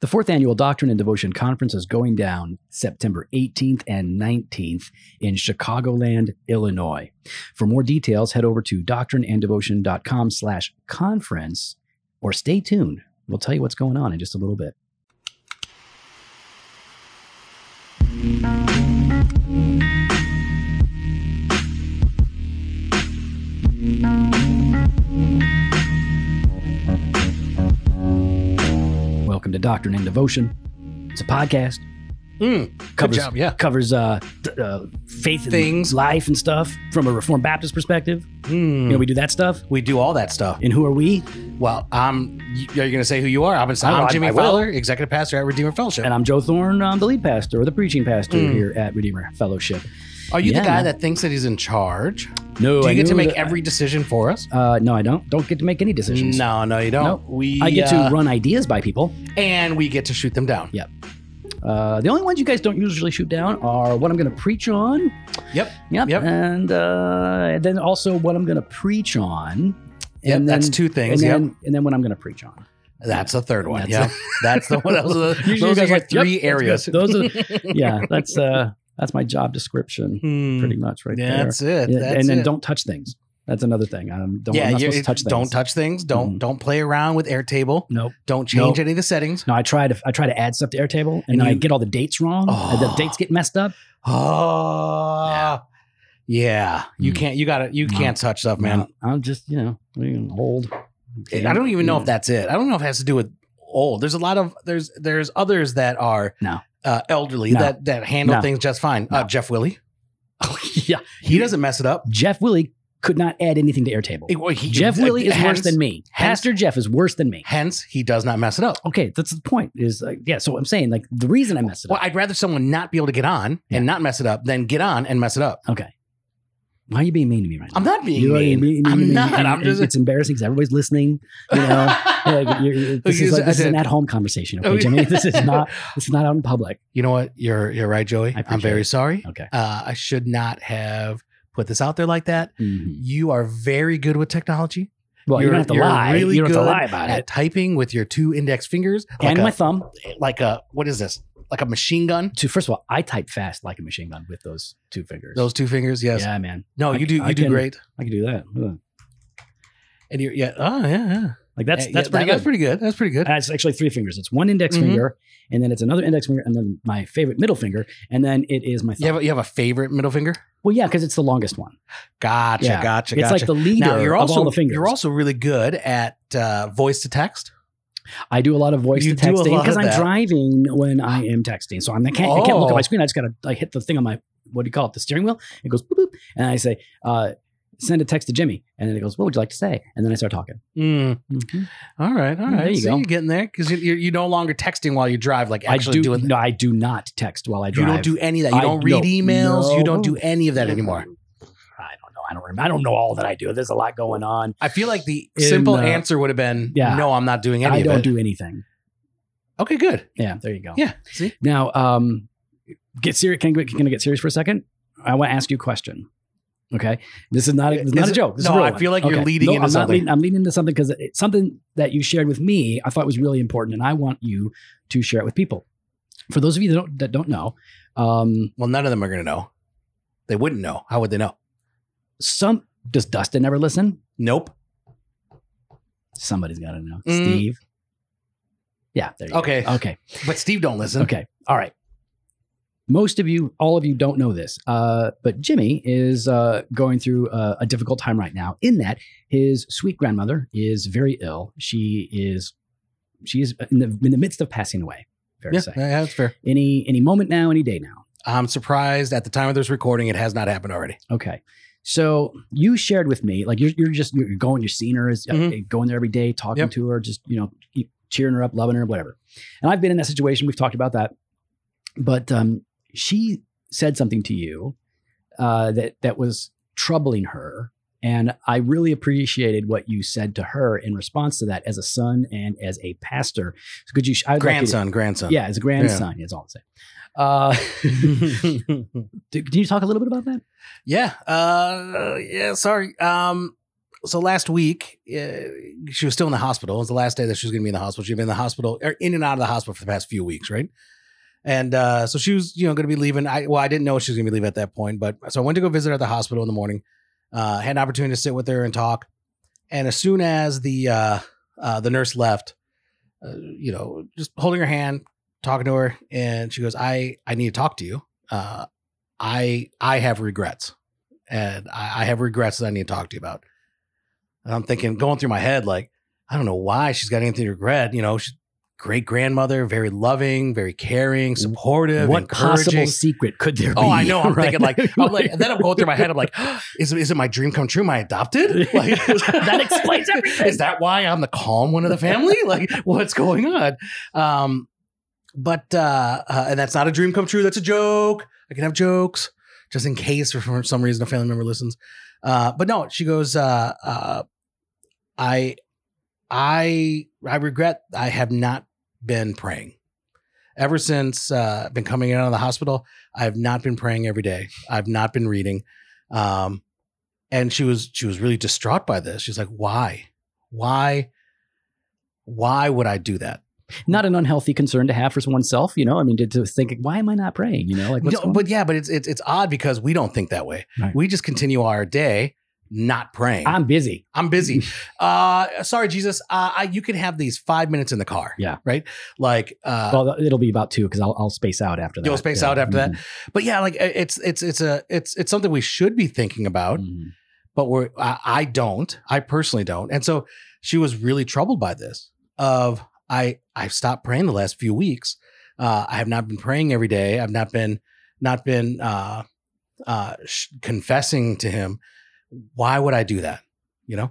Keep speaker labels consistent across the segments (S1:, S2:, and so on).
S1: The fourth annual Doctrine and Devotion Conference is going down September 18th and 19th in Chicagoland, Illinois. For more details, head over to doctrineanddevotion.com slash conference or stay tuned. We'll tell you what's going on in just a little bit. Welcome to Doctrine and Devotion. It's a podcast.
S2: Mm,
S1: Covers,
S2: job, yeah.
S1: Covers uh, th- uh, faith and
S2: Things.
S1: life and stuff from a Reformed Baptist perspective.
S2: Mm.
S1: You know, we do that stuff.
S2: we do all that stuff.
S1: And who are we?
S2: Well, I'm. y- Are you going to say who you are? I'm, I'm
S1: I-
S2: Jimmy
S1: I will.
S2: Fowler, executive pastor at Redeemer Fellowship.
S1: And I'm Joe Thorne. I'm the lead pastor or the preaching pastor
S2: Mm.
S1: here at Redeemer Fellowship.
S2: are you
S1: yeah,
S2: the guy
S1: man.
S2: that thinks that he's in charge?
S1: No,
S2: do
S1: I
S2: you get to
S1: knew
S2: make
S1: that-
S2: every decision for us?
S1: Uh, no, I don't. Don't get to make any decisions.
S2: No, no, you don't.
S1: Nope.
S2: We
S1: I get
S2: uh,
S1: to run ideas by people.
S2: and we get to shoot them down.
S1: Uh, the only ones you guys don't usually shoot down are what I'm going to preach on.
S2: Yep.
S1: Yep.
S2: Yep.
S1: And, uh, and then also what I'm going to preach on.
S2: Yep,
S1: And
S2: that's
S1: then-
S2: two things.
S1: And
S2: Yep,
S1: then, and then what I'm going to preach on.
S2: that's a third one.
S1: That's
S2: yeah, that's the one. Those are, the-
S1: Usually
S2: those
S1: you
S2: are
S1: guys
S2: your
S1: are like, yep,
S2: three
S1: that's
S2: areas.
S1: good. Those are- Yeah, that's uh, that's my job description,
S2: Hmm.
S1: pretty much right there.
S2: that's it.
S1: Yeah,
S2: That's
S1: and then
S2: it.
S1: don't touch things. That's another thing. Um, don't, I'm
S2: yeah,
S1: not
S2: you
S1: supposed to touch things.
S2: don't touch things. Don't
S1: Mhm.
S2: don't play around with Airtable.
S1: Nope.
S2: Don't change
S1: Nope.
S2: any of the settings.
S1: No, I try to I try to add stuff to Airtable, and,
S2: And
S1: then I
S2: you-
S1: get all the dates wrong.
S2: Oh.
S1: and the dates get messed up.
S2: Oh, yeah. You
S1: Mm.
S2: can't. You gotta. You
S1: No.
S2: can't touch stuff, Oh, man.
S1: No, I'm just you know we can hold.
S2: I don't even know if
S1: that.
S2: that's it. I don't know if it has to do with old. There's a lot of there's there's others that are
S1: No.
S2: uh, elderly
S1: No.
S2: that that handle
S1: No.
S2: things just fine. Uh,
S1: No.
S2: Jeff Willie,
S1: yeah,
S2: he doesn't mess it up.
S1: Jeff Willie could not add anything to Airtable.
S2: It- well, he-
S1: Jeff
S2: uh,
S1: Willie is
S2: hence-
S1: worse than me.
S2: hence-
S1: Pastor Jeff is worse than me.
S2: Hence, he does not mess it up.
S1: Okay, that's the point. Is like, yeah. So I'm saying like the reason I messed it
S2: Well,
S1: up.
S2: I'd rather someone not be able to get on
S1: Yeah.
S2: and not mess it up than get on and mess it up.
S1: Okay, why are you being mean to me right now?
S2: I'm not being
S1: You know what I
S2: mean.
S1: mean?
S2: I'm
S1: You mean-
S2: not.
S1: and-
S2: I'm
S1: and
S2: just.
S1: It's embarrassing because everybody's listening. You know, Like, you're- you're- this
S2: You
S1: is like,
S2: said-
S1: this is an
S2: I said-
S1: at-home conversation.
S2: Oh,
S1: Okay,
S2: yeah.
S1: Jimmy. This is not. This is not out in public.
S2: You know what? You're you're right, Joey.
S1: I
S2: I'm
S1: appreciate
S2: very
S1: it.
S2: sorry.
S1: Okay.
S2: Uh, I should not have put this out there like that.
S1: Mhm.
S2: You are very good with technology.
S1: Well,
S2: Mm-hmm. You're-
S1: you don't have to
S2: you're
S1: lie.
S2: really
S1: you don't have to
S2: good
S1: lie about
S2: At
S1: it.
S2: typing with your two index fingers, like
S1: And
S2: a,
S1: my thumb.
S2: like a what is this? Like a machine gun?
S1: To first of all, I type fast like a machine gun with those two fingers.
S2: Those two fingers? Yes.
S1: Yeah, man.
S2: No,
S1: I-
S2: you do. You
S1: I
S2: do
S1: can-
S2: great.
S1: I can do that. Ugh.
S2: And you're yeah. Oh yeah. yeah.
S1: Like that's
S2: Yeah,
S1: that's pretty
S2: yeah, that- That's
S1: good.
S2: pretty good. That's pretty good.
S1: And it's actually three fingers. It's one index
S2: Mhm.
S1: finger, and then it's another index finger, and then my favorite middle finger, and then it is my
S2: You
S1: thumb.
S2: have a, you have a favorite middle finger?
S1: well, yeah, because it's the longest one.
S2: Gotcha.
S1: Yeah.
S2: Gotcha.
S1: It's
S2: gotcha.
S1: like the leader
S2: now you're also
S1: of all the fingers.
S2: you're also really good at uh, voice to text.
S1: I do a lot of voice
S2: You
S1: to
S2: do a
S1: texting
S2: lot
S1: because
S2: of
S1: I'm
S2: that.
S1: driving when I am texting. So I'm, I can't I can't look at
S2: Oh.
S1: my screen. I just got to like hit the thing on my what do you call it? The steering wheel. It goes boop, boop and I say uh, send a text to Jimmy, and then it goes what would you like to say? And then I start talking.
S2: Mm.
S1: Mhm.
S2: All right, all
S1: There
S2: right.
S1: you
S2: so
S1: go.
S2: you're getting there because you're, you're no longer texting while you drive. Like
S1: I
S2: actually
S1: do
S2: doing.
S1: no, I do not text while I
S2: you
S1: drive.
S2: don't do any of that. You
S1: I-
S2: don't read
S1: no,
S2: emails. You don't
S1: no.
S2: do any of that anymore.
S1: I don't know. I don't remember. I don't know all that I do. There's a lot going on.
S2: I feel like the
S1: In,
S2: simple
S1: uh,
S2: answer would have been,
S1: yeah.
S2: no, I'm not doing any
S1: I
S2: of
S1: don't
S2: it.
S1: do anything.
S2: okay, good.
S1: Yeah, there you go.
S2: Yeah. See?
S1: Now, um, get serious. Can, can I get serious for a second? I want to ask you a question. Okay, this is not a, this is
S2: Is
S1: not a
S2: it-
S1: joke. This is a
S2: no,
S1: real
S2: I
S1: one.
S2: feel like you're leading
S1: No,
S2: into
S1: I'm not
S2: something.
S1: leading- I'm leading into something because it's something that you shared with me. I thought was really important, and I want you to share it with people. For those of you that don't, that don't know, um,
S2: Well, none of them are going to know. They wouldn't know. How would they know?
S1: some does Dustin ever listen?
S2: Nope.
S1: Somebody's got to know.
S2: Mm. Oh.
S1: Steve. Yeah. There you
S2: Okay.
S1: go. Okay.
S2: But Steve don't listen.
S1: Okay. All right. Most of you, all of you don't know this, uh, but Jimmy is uh, going through a, a difficult time right now in that his sweet grandmother is very ill. She is, she is in the, in the midst of passing away, fair
S2: Yeah,
S1: to say.
S2: yeah, that's fair.
S1: Any, any moment now, any day now.
S2: I'm surprised at the time of this recording, it has not happened already.
S1: Okay. So you shared with me, like you're, you're just, you're going, you're seeing her, is,
S2: Mhm.
S1: going there every day, talking
S2: Yep.
S1: to her, just, you know, keep cheering her up, loving her, whatever. And I've been in that situation. We've talked about that. But um, she said something to you uh, that, that was troubling her. And I really appreciated what you said to her in response to that as a son and as a pastor. So could you, sh- I'd like you to-
S2: grandson, grandson.
S1: yeah, as a grandson, it's all the same. Uh, do- can you talk a little bit about that?
S2: yeah. Uh, yeah. Sorry. Um, so last week uh, she was still in the hospital. It was the last day that she was going to be in the hospital. She'd been in the hospital or in and out of the hospital for the past few weeks, right? And uh, so she was, you know, going to be leaving. I well, I didn't know she was going to be leaving at that point, but so I went to go visit her at the hospital in the morning. Uh, had an opportunity to sit with her and talk. And as soon as the uh, uh, the nurse left, uh, you know, just holding her hand, talking to her, and she goes, "I I need to talk to you. Uh, I I have regrets, and I, I have regrets that I need to talk to you about." And I'm thinking, going through my head, like, I don't know why she's got anything to regret. You know, she's great grandmother, very loving, very caring, supportive,
S1: what possible
S2: encouraging.
S1: secret could there be?
S2: Oh, I know. I'm
S1: Right?
S2: thinking like, I'm like, and then I'm going through my head. I'm like, is, is it my dream come true? Am I adopted? Like,
S1: That explains everything.
S2: Is that why I'm the calm one of the family? Like, what's going on? Um, but uh, uh, and that's not a dream come true. That's a joke. I can have jokes just in case, or for some reason, a family member listens. Uh, but no, she goes. Uh, uh, I, I, I regret I have not been praying. Ever since uh, I've been coming out of the hospital, I've not been praying every day. I've not been reading, um, and she was she was really distraught by this. She's like, "Why? Why? Why would I do that?"
S1: not an unhealthy concern to have for oneself, you know. I mean, to, to think, why am I not praying? You know, like what's
S2: No,
S1: going-
S2: but yeah, but it's it's it's odd because we don't think that way.
S1: Right.
S2: We just continue our day not praying. I'm,
S1: I'm busy.
S2: busy. uh, sorry, Jesus. Uh, I, you can have these five minutes in the car.
S1: Yeah.
S2: Right. Like. Uh,
S1: well, it'll be about two because I'll, I'll space out after that. Mm-hmm.
S2: You'll space out after that? but yeah, like it's it's it's a it's it's something we should be thinking about.
S1: Mhm.
S2: but we're I, I don't i personally don't and so she was really troubled by this of i i've stopped praying the last few weeks uh i have not been praying every day i've not been not been uh uh sh- confessing to him why would i do that you know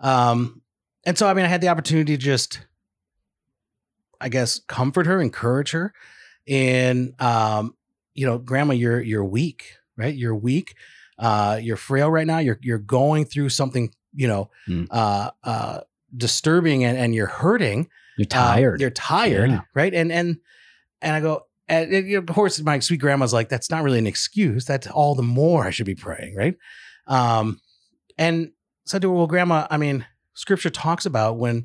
S2: um and so i mean i had the opportunity to just i guess comfort her encourage her and um you know grandma you're you're weak right you're weak uh, you're frail right now. You're you're going through something, you know,
S1: Mm.
S2: uh, uh, disturbing, and, and you're hurting.
S1: You're
S2: Uh,
S1: tired.
S2: you're tired,
S1: Yeah.
S2: right? And and and I go, and, and, you know, of course, my sweet grandma's like, that's not really an excuse. That's all the more I should be praying, right? Um, and said to her, well, grandma, I mean, Scripture talks about when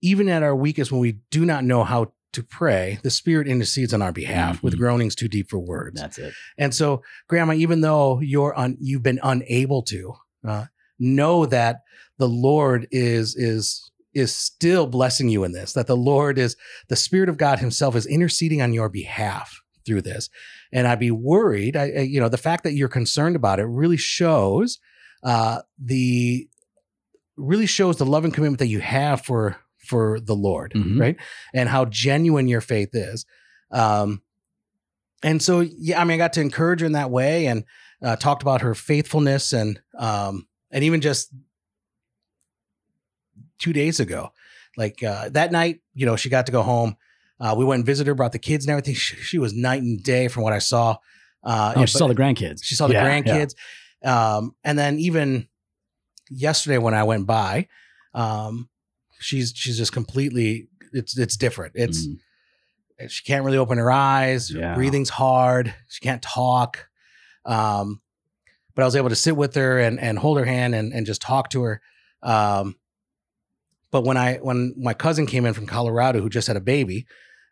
S2: even at our weakest, when we do not know how to pray, the Spirit intercedes on our behalf with
S1: Mhm.
S2: groanings too deep for words.
S1: That's it.
S2: And so, Grandma, even though you're un, you've been unable to uh, know that the Lord is is is still blessing you in this. That the Lord is the Spirit of God Himself is interceding on your behalf through this. And I'd be worried. I, I- you know, the fact that you're concerned about it really shows uh, the really shows the love and commitment that you have for for the Lord,
S1: Mhm.
S2: right? And how genuine your faith is. Um, and so yeah i mean i got to encourage her in that way and uh, talked about her faithfulness and um and even just two days ago like uh that night you know she got to go home uh we went and visited her brought the kids and everything she, she was night and day from what i saw uh
S1: Oh,
S2: yeah,
S1: she
S2: but-
S1: saw the grandkids.
S2: she saw the
S1: Yeah, yeah.
S2: grandkids. Um, and then even yesterday when I went by, um, she's she's just completely it's it's different. It's
S1: Mm.
S2: she can't really open her eyes, her
S1: Yeah.
S2: breathing's hard, she can't talk. Um, but I was able to sit with her and and hold her hand and and just talk to her. Um, but when I when my cousin came in from Colorado who just had a baby,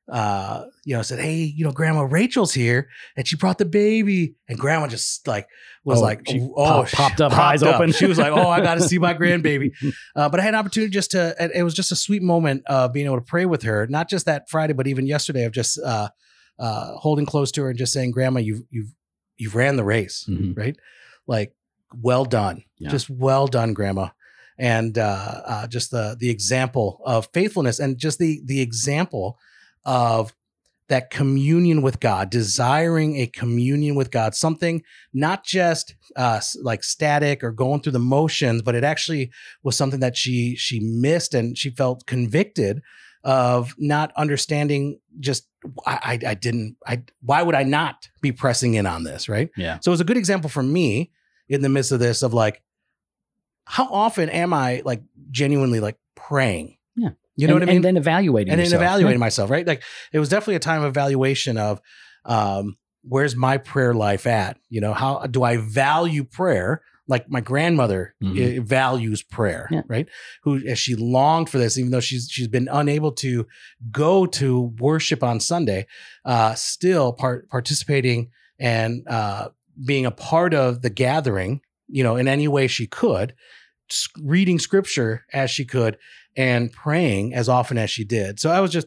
S2: uh, you know, said, "Hey, you know, Grandma Rachel's here, and she brought the baby." And Grandma just like was
S1: Oh,
S2: like,
S1: she
S2: "Oh,
S1: pop-
S2: she
S1: popped up, eyes open.
S2: She was like, "Oh, I got to see my grandbaby." Uh, but I had an opportunity just to. and It was just a sweet moment of being able to pray with her, not just that Friday, but even yesterday of just uh, uh, holding close to her and just saying, "Grandma, you've you've you've ran the race."
S1: Mhm.
S2: right? Like, well done,
S1: Yeah.
S2: just well done, Grandma, and uh, uh, just the the example of faithfulness, and just the the example of that communion with God, desiring a communion with God, something not just uh, s- like static or going through the motions, but it actually was something that she she missed, and she felt convicted of not understanding just I, I I didn't I why would I not be pressing in on this right
S1: Yeah.
S2: so it was a good example for me in the midst of this of like, how often am I like genuinely like praying?
S1: Yeah.
S2: You know
S1: and,
S2: what I mean?
S1: And then evaluating.
S2: And then
S1: yourself.
S2: evaluating myself, right? Like it was definitely a time of evaluation of um, where's my prayer life at? You know, how do I value prayer like my grandmother
S1: Mhm.
S2: uh, values prayer,
S1: Yeah.
S2: right? Who as she longed for this, even though she's she's been unable to go to worship on Sunday, uh, still part participating and uh, being a part of the gathering, you know, in any way she could, s- reading scripture as she could, and praying as often as she did. So I was just,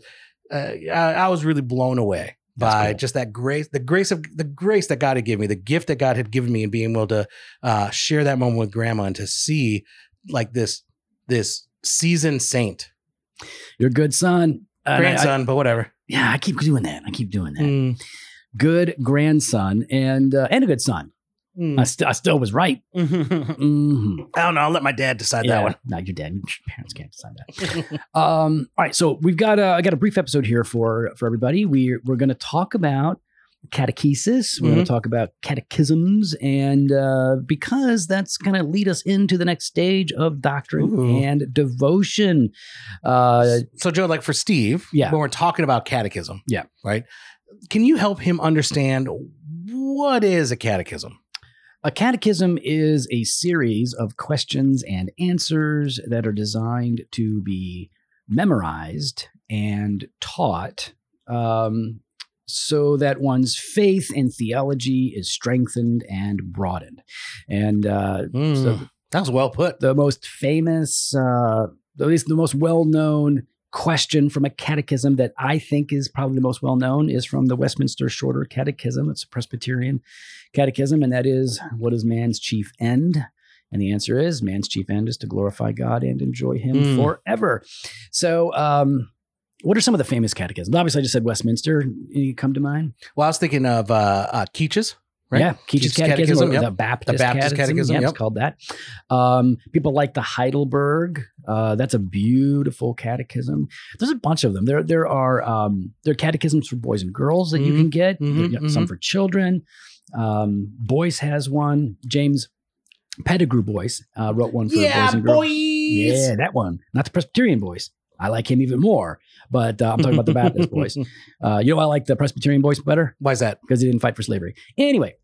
S2: uh, I, I was really blown away
S1: That's
S2: by
S1: cool.
S2: just that grace, the grace of the grace that God had given me, the gift that God had given me, and being able to uh, share that moment with Grandma and to see like this, this seasoned saint,
S1: You're a good son. And I- I-
S2: grandson, but whatever.
S1: yeah, I keep doing that. I keep doing that.
S2: Mm,
S1: Good grandson and uh, and a good son.
S2: mm.
S1: I, st- I still was right.
S2: I
S1: hmm
S2: don't know. I'll let my dad decide that one.
S1: No, you're dead. Your parents can't decide that. um, all right, so we've got a, I got a brief episode here for for everybody. We we're going to talk about catechesis. We're
S2: Mm-hmm.
S1: going to talk about catechisms, and uh, because that's going to lead us into the next stage of doctrine
S2: Ooh.
S1: and devotion. Uh,
S2: so, Joe, like for Steve,
S1: Yeah.
S2: when we're talking about catechism,
S1: Yeah.
S2: right? Can you help him understand what is a catechism?
S1: A catechism is a series of questions and answers that are designed to be memorized and taught um, so that one's faith and theology is strengthened and broadened. And uh,
S2: Mm, that was well put.
S1: the most famous, uh, at least the most well known question from a catechism that I think is probably the most well known is from the Westminster Shorter Catechism. It's a Presbyterian catechism, and that is what is man's chief end? And the answer is man's chief end is to glorify God and enjoy Him
S2: Mm.
S1: forever. So, um, what are some of the famous catechisms? Obviously, I just said Westminster. Any come to mind?
S2: Well, I was thinking of uh, uh, Keach's, right?
S1: Yeah, Keach's
S2: Keach's
S1: Catechism,
S2: Catechism,
S1: or
S2: yep.
S1: the Baptist,
S2: Baptist
S1: Catechism.
S2: Catechism,
S1: yeah,
S2: yep.
S1: It's called that. Um, people like the Heidelberg. Uh, that's a beautiful catechism. There's a bunch of them. There, there are um, there are catechisms for boys and girls that you
S2: Mhm,
S1: can get.
S2: mhm,
S1: There- you know, Some
S2: mhm.
S1: for children. Um, Boyce has one. James Pettigrew Boyce uh, wrote one for boys and girls. Yeah, that one. Not the Presbyterian Boyce. I like him even more. But uh, I'm talking about the Baptist Boyce. Uh, you know, why I like the Presbyterian Boyce better
S2: Why is that?
S1: because he didn't fight for slavery. Anyway,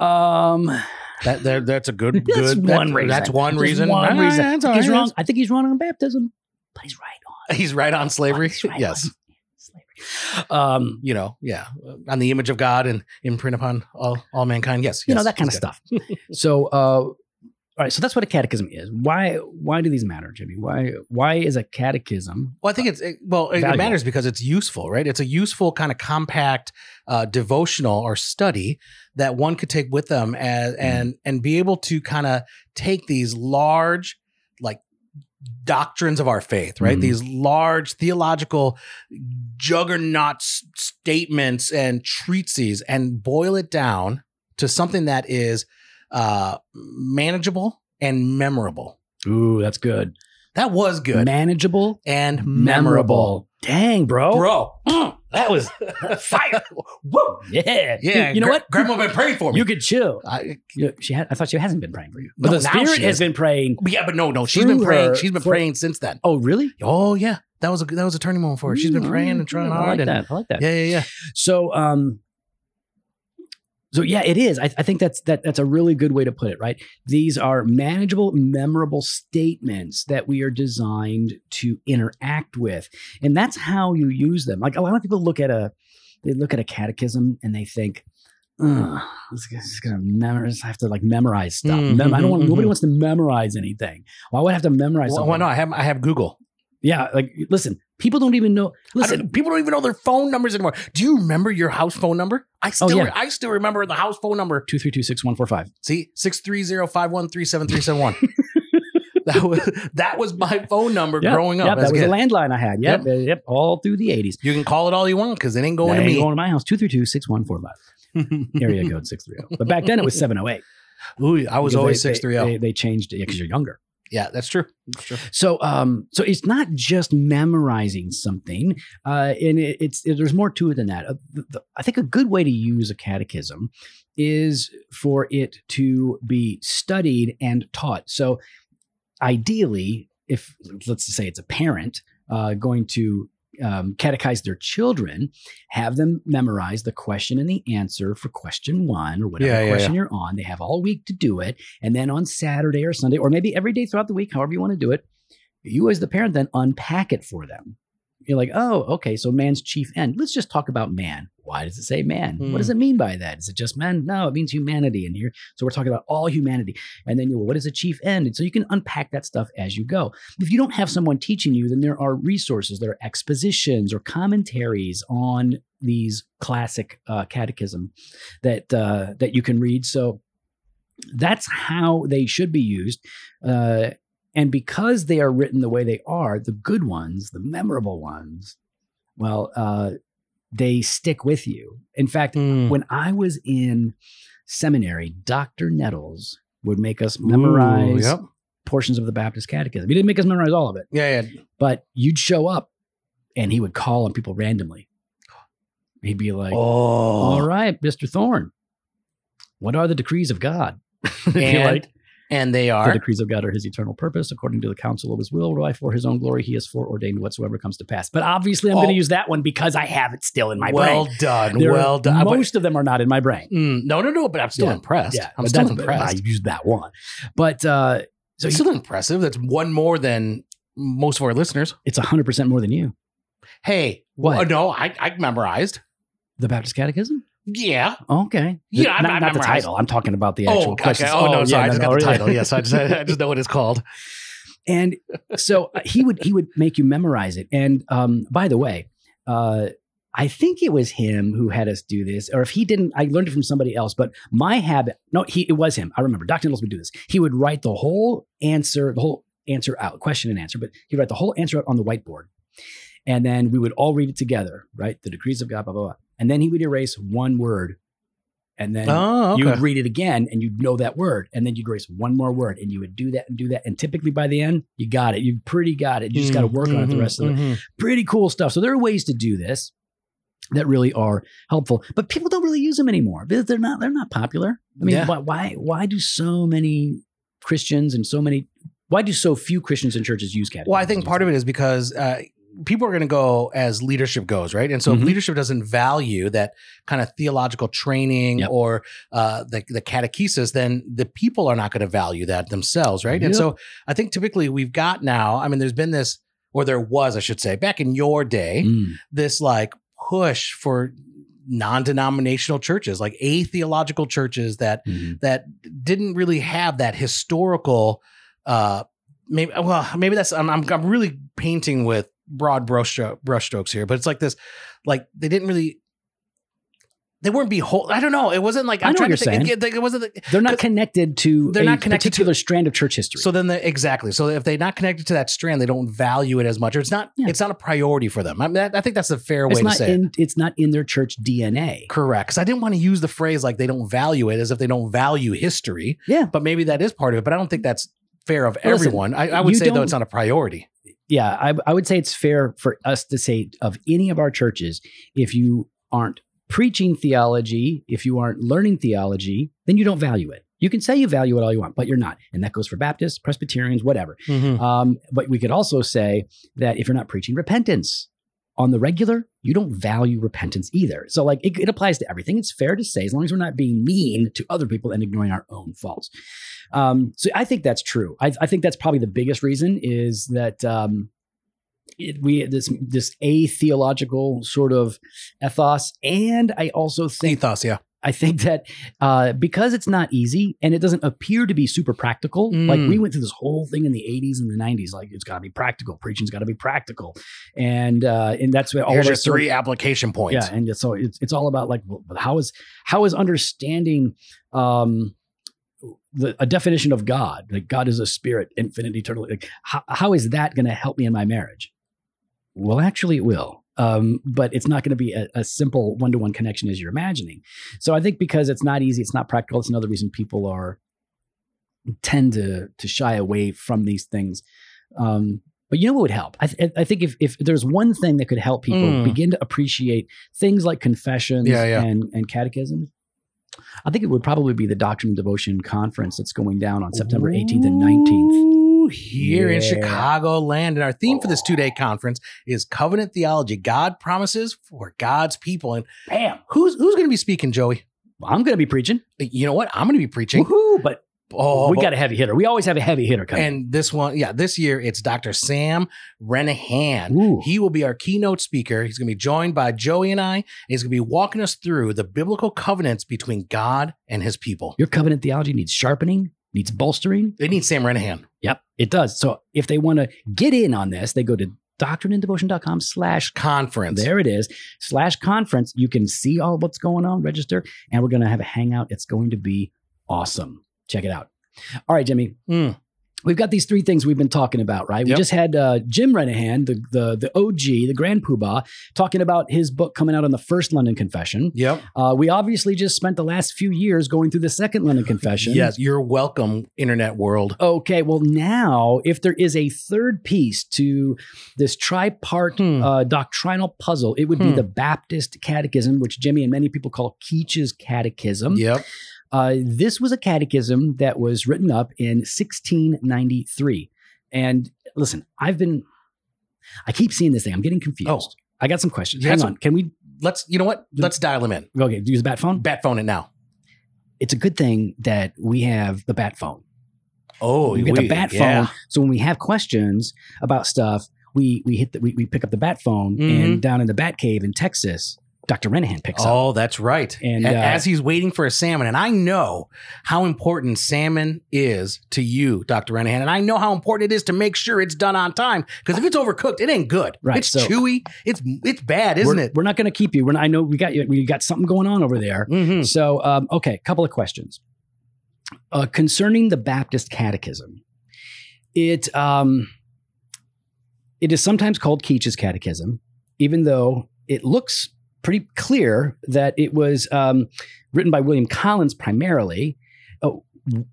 S1: um,
S2: That there, that's a good, good.
S1: That's one reason.
S2: That's one
S1: Just
S2: reason.
S1: one
S2: All right,
S1: reason.
S2: that's
S1: I
S2: all
S1: think he's
S2: right.
S1: wrong. I think he's wrong on baptism, but he's right on
S2: He's right on slavery.
S1: He's right
S2: yes.
S1: on slavery. Um,
S2: You know, yeah, on the image of God and imprint upon all, all mankind. Yes,
S1: you
S2: yes,
S1: know that kind of
S2: that's
S1: stuff. so, uh, all right. So that's what a catechism is. Why? Why do these matter, Jimmy? Why? Why is a catechism?
S2: Well, I think it's it, well, it,
S1: Valuable.
S2: it matters because it's useful, right? It's a useful kind of compact uh, devotional or study that one could take with them as, and and be able to kind of take these large like doctrines of our faith, right?
S1: Mhm.
S2: These large theological juggernaut s- statements and treatises and boil it down to something that is uh, manageable and memorable.
S1: Ooh, that's good.
S2: That was good.
S1: Manageable,
S2: and memorable.
S1: memorable. Dang, bro.
S2: Bro, mm, that was fire. Woo.
S1: Yeah.
S2: Yeah.
S1: You, you know
S2: gra-
S1: what?
S2: Grandma been praying for me.
S1: You could chill.
S2: I-
S1: You know, she had, I thought she hasn't been praying for you, but
S2: No,
S1: the
S2: now
S1: spirit
S2: she
S1: has
S2: is.
S1: been praying.
S2: yeah, but no, no. She's
S1: Through
S2: been praying.
S1: her
S2: She's been
S1: for-
S2: praying since then.
S1: Oh, really?
S2: Oh yeah. That was a that was a turning moment for her. She's been
S1: Mm,
S2: praying and trying
S1: I
S2: hard.
S1: like
S2: and,
S1: that. I like that.
S2: Yeah, yeah, yeah.
S1: So, um, so yeah, it is. I, I think that's that. That's a really good way to put it. Right? These are manageable, memorable statements that we are designed to interact with, and that's how you use them. Like a lot of people look at a, they look at a catechism and they think. Ugh, this is gonna memorize. I have to like memorize stuff.
S2: Mhm,
S1: Mem- I don't want.
S2: mhm,
S1: Nobody
S2: mhm.
S1: wants to memorize anything. mm-hmm. Why would I have to memorize?
S2: Well,
S1: something?
S2: why not? I have I have Google.
S1: Yeah, like listen. People don't even know.
S2: I
S1: Listen,
S2: don't- people don't even know their phone numbers anymore. Do you remember your house phone number? I still
S1: yeah.
S2: I still remember the house phone number.
S1: two three two six one four five.
S2: See, 630-513-7371. that was that was my phone number
S1: Yeah,
S2: growing up.
S1: Yep,
S2: as
S1: that
S2: a
S1: was a
S2: kid.
S1: landline I had. Yep, yep, all through the 80s.
S2: you can call it all you want because it ain't going
S1: They
S2: to
S1: ain't
S2: me.
S1: Going to my house, 232 6145, area code 630. But back then it was 708.
S2: Ooh, I was
S1: because
S2: always
S1: they-
S2: six three oh. zero.
S1: They, they, they changed it because you're younger.
S2: Yeah, that's true. That's true.
S1: So, um, so it's not just memorizing something, uh, and it, it's it- there's more to it than that. Uh, the, the, I think a good way to use a catechism is for it to be studied and taught. So, ideally, if let's say it's a parent uh, going to um, catechize their children, have them memorize the question and the answer for question one or whatever
S2: Yeah, yeah,
S1: question you're on. They have all week to do it. And then on Saturday or Sunday, or maybe every day throughout the week, however you want to do it, you as the parent then unpack it for them. You're like, oh, okay, so man's chief end. Let's just talk about man. Why does it say man? What does it mean by that? Is it just men? No, it means humanity in here. So we're talking about all humanity. And then you, what is a chief end? And so you can unpack that stuff as you go. If you don't have someone teaching you, then there are resources, there are expositions or commentaries on these classic uh, catechism that uh, that you can read. So that's how they should be used. Uh, and because they are written the way they are, the good ones, the memorable ones, well, uh, they stick with you. In fact,
S2: Mm.
S1: when I was in seminary, Dr. Nettles would make us memorize
S2: Ooh, yep.
S1: portions of the Baptist Catechism. He didn't make us memorize all of it,
S2: Yeah, yeah.
S1: but you'd show up and he would call on people randomly. He'd be like, All
S2: oh,
S1: right, Mr. Thorne, what are the decrees of God? If you
S2: And-
S1: like,
S2: and they
S1: the
S2: are.
S1: decrees of God are his eternal purpose, according to the counsel of his will, whereby for his own glory he has foreordained whatsoever comes to pass. But obviously, I'm
S2: Oh.
S1: going to use that one because I have it still in my
S2: well
S1: brain.
S2: done.
S1: There are-
S2: well done. But-
S1: Most of them are not in my brain.
S2: Mm, no, no, no. But I'm still
S1: Yeah.
S2: impressed.
S1: Yeah,
S2: I'm
S1: but
S2: still
S1: that's-
S2: impressed.
S1: I used that one, but uh, so
S2: It's
S1: you,
S2: still impressive. That's one more than most of our listeners.
S1: it's hundred percent more than you.
S2: Hey,
S1: What?
S2: uh, no, I, I memorized.
S1: The Baptist Catechism?
S2: Yeah.
S1: Okay.
S2: Yeah, I-
S1: not,
S2: I
S1: not the
S2: memorized.
S1: title. I'm talking about the actual
S2: Oh, okay.
S1: questions.
S2: oh, no,
S1: yeah,
S2: sorry. I just
S1: no,
S2: got the
S1: no,
S2: title.
S1: yeah.
S2: Yes, I just, I just know what it's called.
S1: And so uh, he would he would make you memorize it. And um, by the way, uh, I think it was him who had us do this, or if he didn't, I learned it from somebody else. But my habit, no, he it was him. I remember Dr. Nichols would do this. He would write the whole answer, the whole answer out, question and answer, but he'd write the whole answer out on the whiteboard. And then we would all read it together, right? The decrees of God, blah, blah, blah. And then he would erase one word. And then
S2: Oh,
S1: you would read it again and you'd know that word and then you'd erase one more word and you would do that and do that and typically by the end you got it you pretty got it you just got
S2: Mm,
S1: to work on
S2: Mm-hmm,
S1: it the rest of it pretty cool stuff so there are ways to do this that really are helpful but people don't really use them anymore They- they're not they're not popular i mean
S2: Yeah.
S1: why, why why do so many christians and so many why do so few christians and churches use catechism
S2: Well, I think part of it is because uh, people are going to go as leadership goes, right? And so
S1: Mhm.
S2: if leadership doesn't value that kind of theological training
S1: Yep.
S2: or uh, the, the catechesis, then the people are not going to value that themselves, right?
S1: Yep.
S2: And so I think typically we've got now, I mean, there's been this, or there was, I should say, back in your day,
S1: Mm.
S2: this like push for non-denominational churches like atheological churches that
S1: Mhm.
S2: that didn't really have that historical uh maybe well maybe that's I'm I'm, I'm really painting with broad brush brushstrokes here but it's like this like they didn't really they weren't behold I don't know it wasn't like
S1: I
S2: I'm
S1: know
S2: trying
S1: what
S2: to
S1: you're
S2: think it, it wasn't
S1: they're not connected to
S2: They're
S1: a
S2: not connected to-
S1: particular strand of church history
S2: so then, the, exactly. So if they're not connected to that strand, they don't value it as much, or it's not.
S1: Yeah.
S2: It's not a priority for them. I, mean, that, I think that's a fair
S1: it's
S2: way to
S1: not
S2: say. it.
S1: in it's not in their church dna
S2: Correct. Because I didn't want to use the phrase like they don't value it as if they don't value history.
S1: Yeah.
S2: But maybe that is part of it. But I don't think that's fair of
S1: Well, listen,
S2: everyone. I, I would
S1: you
S2: say, though,
S1: don't-
S2: it's not a priority.
S1: yeah, I, I would say it's fair for us to say of any of our churches, if you aren't preaching theology, if you aren't learning theology, then you don't value it. You can say you value it all you want, but you're not. And that goes for Baptists, Presbyterians, whatever. Um, but we could also say that if you're not preaching repentance on the regular, you don't value repentance either. So, like, it, it applies to everything. It's fair to say, as long as we're not being mean to other people and ignoring our own faults. Um, so, I think that's true. I, I think that's probably the biggest reason is that. Um, it, we this this a theological sort of ethos, and I also think
S2: Ethos, yeah.
S1: I think that uh, because it's not easy and it doesn't appear to be super practical, like
S2: Mm.
S1: we went through this whole thing in the 80s and the 90s, like it's got to be practical, preaching's got to be practical, and uh, and that's what all
S2: Here's
S1: of
S2: your
S1: us sort of-
S2: three application points.
S1: yeah, and so it's it's all about like well, how is how is understanding um the, a definition of God, like God is a spirit, infinite, eternal. Like how, how is that going to help me in my marriage? Well, actually, it will. Um, but it's not going to be a, a simple one to one connection as you're imagining. So I think because it's not easy, it's not practical. It's another reason people are tend to to shy away from these things. Um, but you know what would help? I, th- I think if, if there's one thing that could help people
S2: Mm.
S1: begin to appreciate things like confessions
S2: Yeah, yeah.
S1: and and catechisms, I think it would probably be the Doctrine and Devotion conference that's going down on September 18th and 19th.
S2: Ooh, you here in
S1: Yeah.
S2: Chicago land. And our theme for this two day conference is covenant theology God promises for God's people. And
S1: Bam.
S2: who's who's going to be speaking, Joey?
S1: I'm going to be preaching.
S2: You know what? I'm going to be preaching.
S1: Woohoo. But
S2: Oh,
S1: we
S2: but-
S1: got a heavy hitter. We always have a heavy hitter coming.
S2: and this one, yeah, this year it's Dr. Sam Renahan.
S1: Ooh.
S2: He will be our keynote speaker. He's going to be joined by Joey and I. And he's going to be walking us through the biblical covenants between God and his people.
S1: Your covenant theology needs sharpening, needs bolstering.
S2: They need Sam Renahan.
S1: Yep, it does. So if they want to get in on this, they go to doctrineanddevotion.com slash
S2: Conference.
S1: there it is slash conference. You can see all what's going on, register, and we're going to have a hangout. It's going to be awesome. Check it out. All right, Jimmy,
S2: Mm.
S1: we've got these three things we've been talking about, right?
S2: Yep.
S1: We just had uh, Jim Renahan, the, the the OG, the grand poobah, talking about his book coming out on the first London Confession.
S2: Yep.
S1: Uh, we obviously just spent the last few years going through the second London Confession.
S2: Yes. You're welcome, internet world.
S1: Okay, well, now if there is a third piece to this tripart
S2: Hmm.
S1: uh, doctrinal puzzle, it would be
S2: Hmm.
S1: the Baptist Catechism, which Jimmy and many people call Keach's Catechism.
S2: Yep.
S1: Uh, this was a catechism that was written up in 1693. And listen, I've been, I keep seeing this thing. I'm getting confused.
S2: Oh.
S1: I got some questions.
S2: You
S1: Hang
S2: had
S1: on. Can we,
S2: Let's, you know what? Let's dial him in.
S1: okay, use the bat phone?
S2: Bat phone it now.
S1: It's a good thing that we have the bat phone.
S2: Oh,
S1: we get the
S2: we-
S1: bat
S2: yeah.
S1: phone. So when we have questions about stuff, we we hit the, we, we pick up the bat phone
S2: Mm-hmm.
S1: and down in the bat cave in Texas, Dr. Renahan picks up.
S2: Oh, that's right.
S1: And,
S2: A-
S1: uh,
S2: as he's waiting for a salmon, and I know how important salmon is to you, Dr. Renahan, and I know how important it is to make sure it's done on time. Because if it's overcooked, it ain't good.
S1: Right,
S2: It's
S1: so-
S2: chewy. It's it's bad, isn't
S1: we're,
S2: it?
S1: We're not going to keep you. We're not, I know we got you. We got something going on over there.
S2: Mm-hmm.
S1: So um, okay, a couple of questions uh, concerning the Baptist Catechism. It um, it is sometimes called Keach's Catechism, even though it looks pretty clear that it was um, written by William Collins primarily. Uh,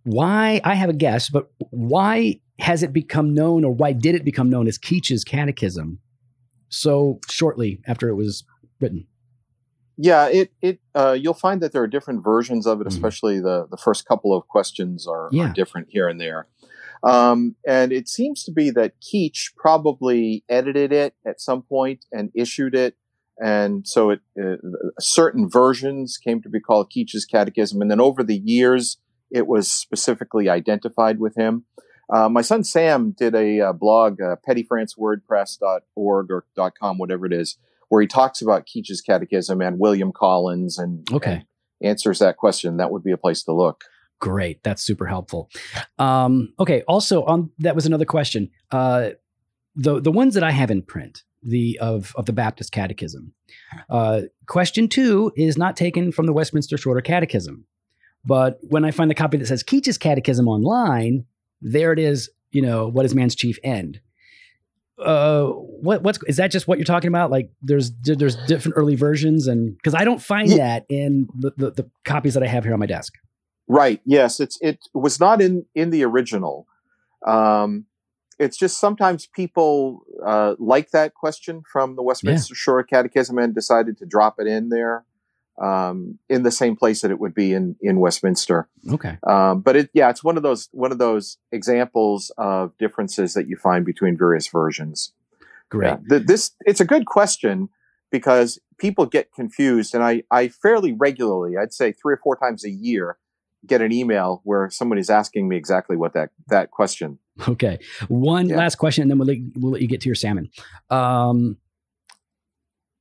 S1: why I have a guess, but why has it become known, or why did it become known as Keach's Catechism so shortly after it was written?
S3: Yeah, it it uh, you'll find that there are different versions of it,
S1: Mhm.
S3: especially the the first couple of questions are,
S1: Yeah.
S3: are different here and there. Um, and it seems to be that Keach probably edited it at some point and issued it, and so it uh, certain versions came to be called Keach's Catechism, and then over the years it was specifically identified with him. Uh, my son Sam did a uh, blog, uh, pettyfrancewordpress.org or .com, whatever it is, where he talks about Keach's Catechism and William Collins and,
S1: Okay.
S3: and answers that question. That would be a place to look.
S1: great that's super helpful um okay also on that was another question uh the the ones that i have in print the of of the baptist catechism uh question two is not taken from the westminster shorter catechism but when i find the copy that says keach's catechism online there it is you know what is man's chief end uh what what's is that just what you're talking about like there's there's different early versions and because i don't find
S3: Ye-
S1: that in the, the the copies that i have here on my desk
S3: Right. Yes. It's it was not in in the original. Um, it's just sometimes people uh, like that question from the Westminster Shorter Catechism and decided to drop it in there um, in the same place that it would be in in Westminster.
S1: okay
S3: Um, but it yeah, it's one of those one of those examples of differences that you find between various versions.
S1: great
S3: Yeah. Th- this it's a good question because people get confused, and I I fairly regularly, I'd say three or four times a year, get an email where somebody's asking me exactly what that that question.
S1: Okay. One
S3: Yeah.
S1: last question, and then we'll let, we'll let you get to your salmon. Um,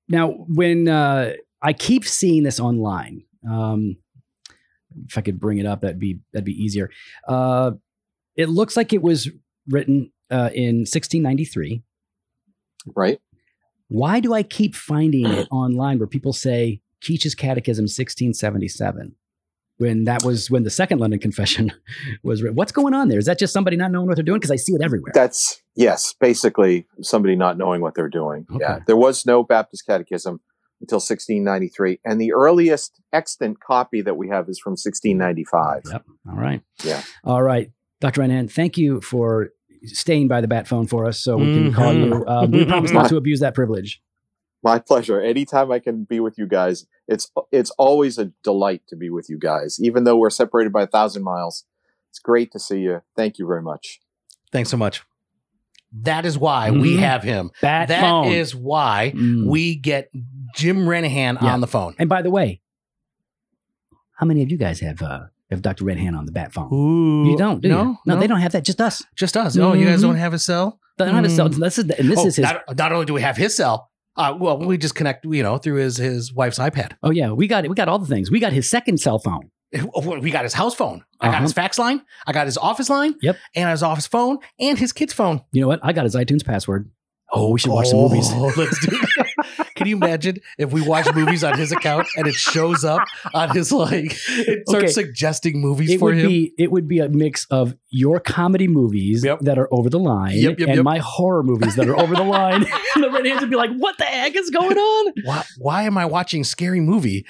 S1: now, when uh, I keep seeing this online, um, if I could bring it up, that'd be that'd be easier. Uh, it looks like it was written uh, in 1693.
S3: Right?
S1: Why do I keep finding it online where people say Keach's Catechism 1677? When that was when the second London Confession was written. What's going on there? Is that just somebody not knowing what they're doing? Because I see it everywhere.
S3: That's yes, basically somebody not knowing what they're doing. Yeah,
S1: Okay.
S3: there was no Baptist Catechism until 1693, and the earliest extant copy that we have is from 1695.
S1: Yep. All right.
S3: Yeah.
S1: All right. Dr. Renan, thank you for staying by the bat phone for us so we can call
S2: Mhm.
S1: you. Um, we promise not to abuse that privilege.
S3: My pleasure. Anytime I can be with you guys, it's it's always a delight to be with you guys. Even though we're separated by a thousand miles, it's great to see you. Thank you very much.
S2: Thanks so much. That is why we
S1: Mhm.
S2: have him. That
S1: Bat
S2: is
S1: phone.
S2: why
S1: Mm.
S2: we get Jim Renahan
S1: Yeah.
S2: on the phone.
S1: and by the way, how many of you guys have uh, have Dr. Redhand on the bat phone?
S2: Ooh,
S1: You don't, do
S2: no,
S1: you? No, they don't have that. Just us.
S2: Just us. Oh, you guys
S1: Mhm.
S2: don't have a cell.
S1: They don't have it. So
S2: Mm.
S1: this is the- and this
S2: Oh,
S1: is his.
S2: Not, not only do we have his cell, uh, well, we just connect, you know, through his his wife's iPad.
S1: oh yeah, we got it. We got all the things. We got his second cell phone.
S2: We got his house phone. I got
S1: Uh-huh.
S2: his fax line. I got his office line.
S1: Yep.
S2: And his office phone and his kid's phone.
S1: You know what? I got his iTunes password. Oh, we should watch some movies.
S2: Oh, Let's do that. Can you imagine if we watch movies on his account and it shows up on his like it starts
S1: Okay.
S2: suggesting movies
S1: It
S2: for
S1: would
S2: him?
S1: be it would be a mix of your comedy movies
S2: Yep.
S1: that are over the line
S2: Yep, yep,
S1: and
S2: yep.
S1: my horror movies that are over the line. and the red hands would be like, "What the heck is going on?"
S2: why, why am I watching scary movie?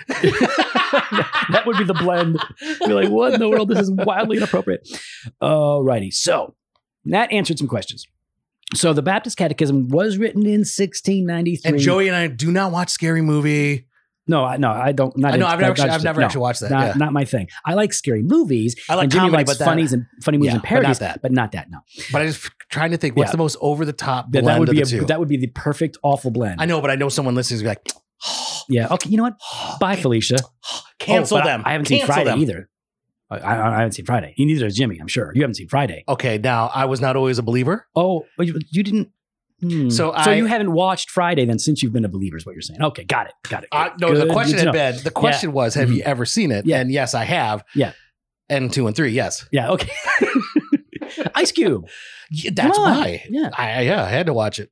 S1: That would be the blend. Be like, "What in the world? This is wildly inappropriate." Alrighty, so that answered some questions. So the Baptist Catechism was written in 1693.
S2: and Joey and I do not watch scary movie.
S1: no, I, no, I don't. Not
S2: I know
S1: int-
S2: I've never
S1: not
S2: actually, I've
S1: interested.
S2: never
S1: No,
S2: actually watched that.
S1: Not,
S2: yeah.
S1: not my thing. I like scary movies.
S2: I like
S1: and Jimmy
S2: comedy,
S1: likes
S2: but that,
S1: funnies and funny movies
S2: Yeah,
S1: and
S2: but not
S1: parodies,
S2: that.
S1: but not that. No,
S2: but I'm just trying to think what's
S1: Yeah.
S2: the most over the top
S1: that,
S2: blend
S1: that would be
S2: of the
S1: a,
S2: two.
S1: that would be the perfect awful blend.
S2: I know, but I know someone listening is gonna be "Oh,
S1: Yeah. Okay. You know what?
S2: like,
S1: Bye, Felicia.
S2: cancel
S1: Oh, but I-
S2: them.
S1: I, haven't seen
S2: Cancel
S1: Friday
S2: them.
S1: either. I, I, I haven't seen Friday. You neither has Jimmy. I'm sure you haven't seen Friday.
S2: Okay, now I was not always a believer.
S1: Oh, but you, you didn't. hmm.
S2: So
S1: so
S2: I-
S1: you haven't watched Friday then since you've been a believer is what you're saying. Okay, got it, got it.
S2: Uh, no,
S1: Good
S2: the question
S1: to know.
S2: had been the question was, have you ever seen it?
S1: Yeah.
S2: And yes, I have.
S1: Yeah.
S2: And two and three, yes.
S1: Yeah. Okay. Ice Cube.
S2: Y- That's
S1: Come on.
S2: why.
S1: Yeah.
S2: I, I- yeah, I had to watch it.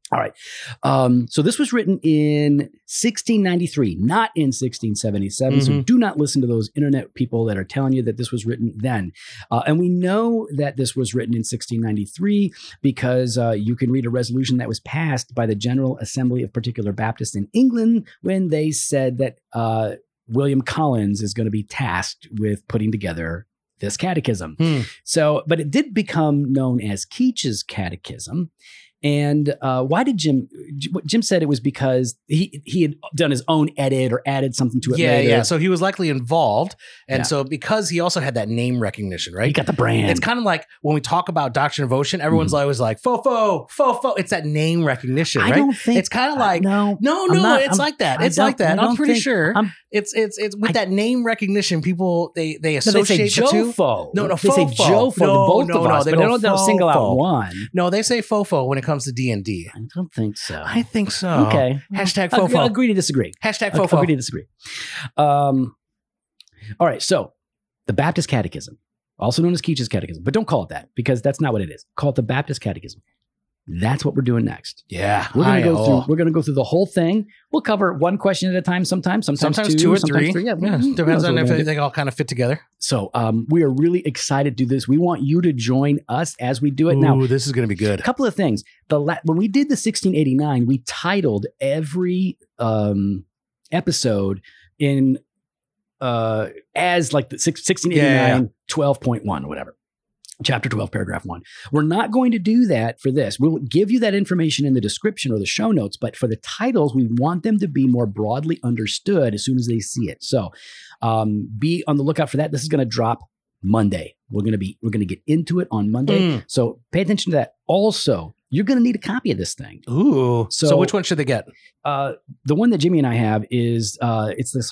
S1: Um, so this was written in 1693, not in 1677. So
S2: Mhm.
S1: do not listen to those internet people that are telling you that this was written then. Uh, and we know that this was written in 1693 because uh, you can read a resolution that was passed by the General Assembly of Particular Baptists in England when they said that uh, William Collins is going to be tasked with putting together this catechism.
S2: Hmm.
S1: So, but it did become known as Keach's Catechism. And uh, why did Jim? J- what Jim said it was because he he had done his own edit or added something to it.
S2: Yeah,
S1: later.
S2: yeah. So he was likely involved. And
S1: Yeah.
S2: so because he also had that name recognition,
S1: He
S2: right?
S1: got the brand.
S2: It's kind of like when we talk about Doctrine and Devotion, everyone's always like, fofo, fofo. It's that name recognition,
S1: Mm-hmm. I
S2: right?
S1: don't think
S2: It's kind of like,
S1: no.
S2: no,
S1: I'm
S2: no,
S1: not-
S2: it's
S1: I'm-
S2: like that.
S1: I
S2: It's like
S1: don't-
S2: that.
S1: I
S2: I'm
S1: don't
S2: pretty
S1: think-
S2: sure.
S1: I'm-
S2: it's it's it's with
S1: I-
S2: that name recognition, people they they
S1: No, they say
S2: associate the two.
S1: Jofo.
S2: No, no,
S1: they say
S2: fofo.
S1: Jofo to
S2: No,
S1: both
S2: no,
S1: of
S2: no,
S1: us,
S2: they
S1: but they
S2: go
S1: don't, they don't single out
S2: fofo.
S1: one.
S2: No, they say fofo when it comes to D and D.
S1: I don't think so.
S2: I think so.
S1: okay,
S2: Hashtag
S1: Ag-
S2: fofo.
S1: Agree to disagree. Ag-
S2: Hashtag
S1: Agree
S2: fofo.
S1: to disagree. Um, all right. So the Baptist Catechism, also known as Keach's Catechism, but don't call it that because that's not what it is. Call it the Baptist Catechism. That's what we're doing next.
S2: Yeah.
S1: We're
S2: I-
S1: gonna go
S2: oh.
S1: through. We're gonna go through the whole thing. We'll cover one question at a time. Sometimes, sometimes,
S2: Sometimes two or
S1: sometimes
S2: three.
S1: Yeah, mm-hmm. who
S2: Yeah,
S1: knows
S2: depends
S1: what
S2: on
S1: we're
S2: if
S1: gonna do.
S2: they, they all kind of fit together.
S1: So um, we are really excited to do this. We want you to join us as we do it. Now,
S2: Ooh, this is going to be
S1: a
S2: good.
S1: couple of things. The la- when we did the 1689, we titled every um, episode in uh, as like the six, 1689
S2: Yeah, yeah,
S1: 12.1 whatever. Chapter 12, paragraph one. We're not going to do that for this. We'll give you that information in the description or the show notes, but for the titles, we want them to be more broadly understood as soon as they see it. So um, be on the lookout for that. This is going to drop Monday. We're going to be, we're going to get into it on Monday.
S2: Mm.
S1: So pay attention to that. Also, you're going to need a copy of this thing.
S2: Ooh. So,
S1: So-
S2: which one should they get?
S1: Uh, the one that Jimmy and I have is uh, it's this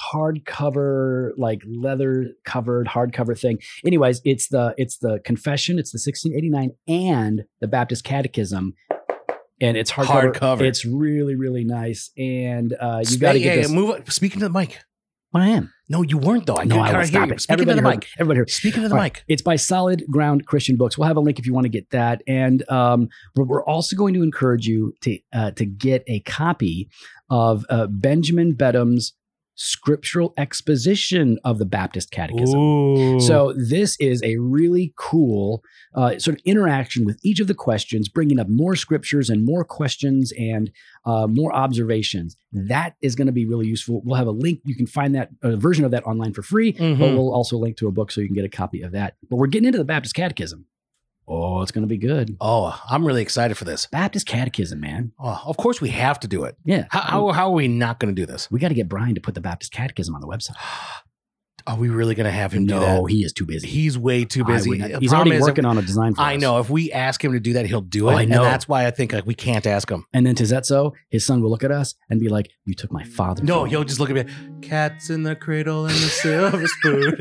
S1: hardcover, like leather covered hardcover thing. Anyways, it's the it's the Confession, it's the 1689, and the Baptist Catechism, and it's hardcover.
S2: Hardcover.
S1: It's really really nice, and uh, you got to
S2: Hey, hey,
S1: get this.
S2: Move. on. Speaking to the mic.
S1: Well, I am.
S2: No, you weren't though. I
S1: no,
S2: couldn't
S1: I
S2: kinda
S1: will
S2: hear
S1: stop
S2: you.
S1: it.
S2: Speaking to the
S1: heard-
S2: mic.
S1: Everybody heard.
S2: Speaking to the
S1: All
S2: mic.
S1: It's by Solid Ground Christian Books. We'll have a link if you want to get that. And um, but we're also going to encourage you to uh, to get a copy of uh, Benjamin Bedham's scriptural exposition of the Baptist Catechism.
S2: Ooh.
S1: So this is a really cool uh, sort of interaction with each of the questions, bringing up more scriptures and more questions and uh, more observations. That is going to be really useful. We'll have a link. You can find that a version of that online for free, but
S2: Mhm.
S1: we'll also link to a book so you can get a copy of that. But we're getting into the Baptist Catechism. Oh, it's going to be good.
S2: Oh, I'm really excited for this.
S1: Baptist Catechism, man.
S2: Oh, of course we have to do it.
S1: Yeah.
S2: Mm. How how, how are we not going to do this?
S1: we got to get Brian to put the Baptist Catechism on the website.
S2: Are we really going to have him do
S1: no,
S2: that?
S1: he is too busy.
S2: He's way too
S1: I
S2: busy.
S1: would not-
S2: The
S1: he's
S2: problem
S1: already
S2: is if-
S1: working on a design for
S2: I
S1: us.
S2: know. If we ask him to do that, he'll do it.
S1: Oh, I know.
S2: And that's why I think like we can't ask him.
S1: And then Tizetso, his son will look at us and be like, You took my father.
S2: No,
S1: from me."
S2: he'll just look at me. Cats in the cradle and the silver spoon.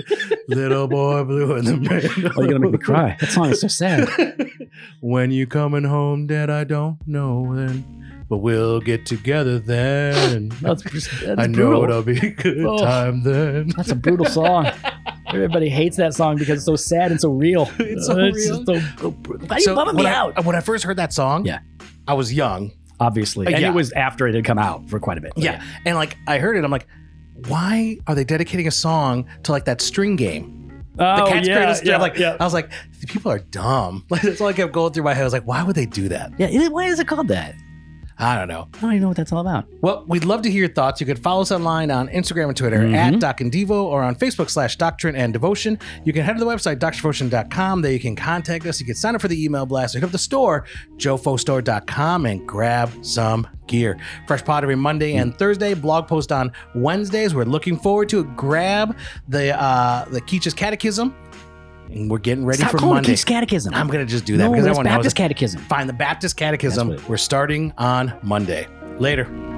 S2: Little boy blue in the rain.
S1: Oh, you're gonna make me cry. That song is so sad.
S2: when you coming home, Dad, I don't know when, but we'll get together then.
S1: That's, that's
S2: I know
S1: brutal.
S2: it'll be a good
S1: Oh.
S2: time then.
S1: That's a brutal song. Everybody hates that song because it's so sad and so real.
S2: It's so real.
S1: just so- why are you bumming
S2: when
S1: me
S2: I,
S1: out?
S2: When I first heard that song,
S1: Yeah.
S2: I was young.
S1: Obviously,
S2: Uh,
S1: and
S2: yeah.
S1: it was after it had come out for quite a bit. but
S2: Yeah. And like I heard it, I'm like, why are they dedicating a song to like that string game?
S1: yeah.
S2: The
S1: Oh,
S2: cat's
S1: yeah,
S2: greatest
S1: yeah,
S2: I'm like
S1: yeah.
S2: I was like, "The people are dumb. Like that's all I kept going through my head. I was like, why would they do that?
S1: Yeah, it- why is it called that?
S2: I don't know.
S1: I don't even know what that's all about.
S2: Well, we'd love to hear your thoughts. You could follow us online on Instagram and Twitter
S1: Mhm.
S2: at Doc and Devo or on Facebook slash Doctrine and Devotion. You can head to the website, doctrinedevotion.com. There you can contact us. You can sign up for the email blast. Or hit up the store, jofostore.com, and grab some gear. Fresh pod every Monday
S1: Mm.
S2: and Thursday. Blog post on Wednesdays. We're looking forward to it. Grab the uh, the Keach's Catechism. And we're getting ready
S1: Stop
S2: for
S1: calling
S2: Monday.
S1: it Keith's Catechism.
S2: I'm going to just do that
S1: no,
S2: because
S1: that's
S2: everyone knows
S1: Baptist
S2: it.
S1: Catechism.
S2: Find the Baptist Catechism.
S1: That's what
S2: We're starting on Monday. Later.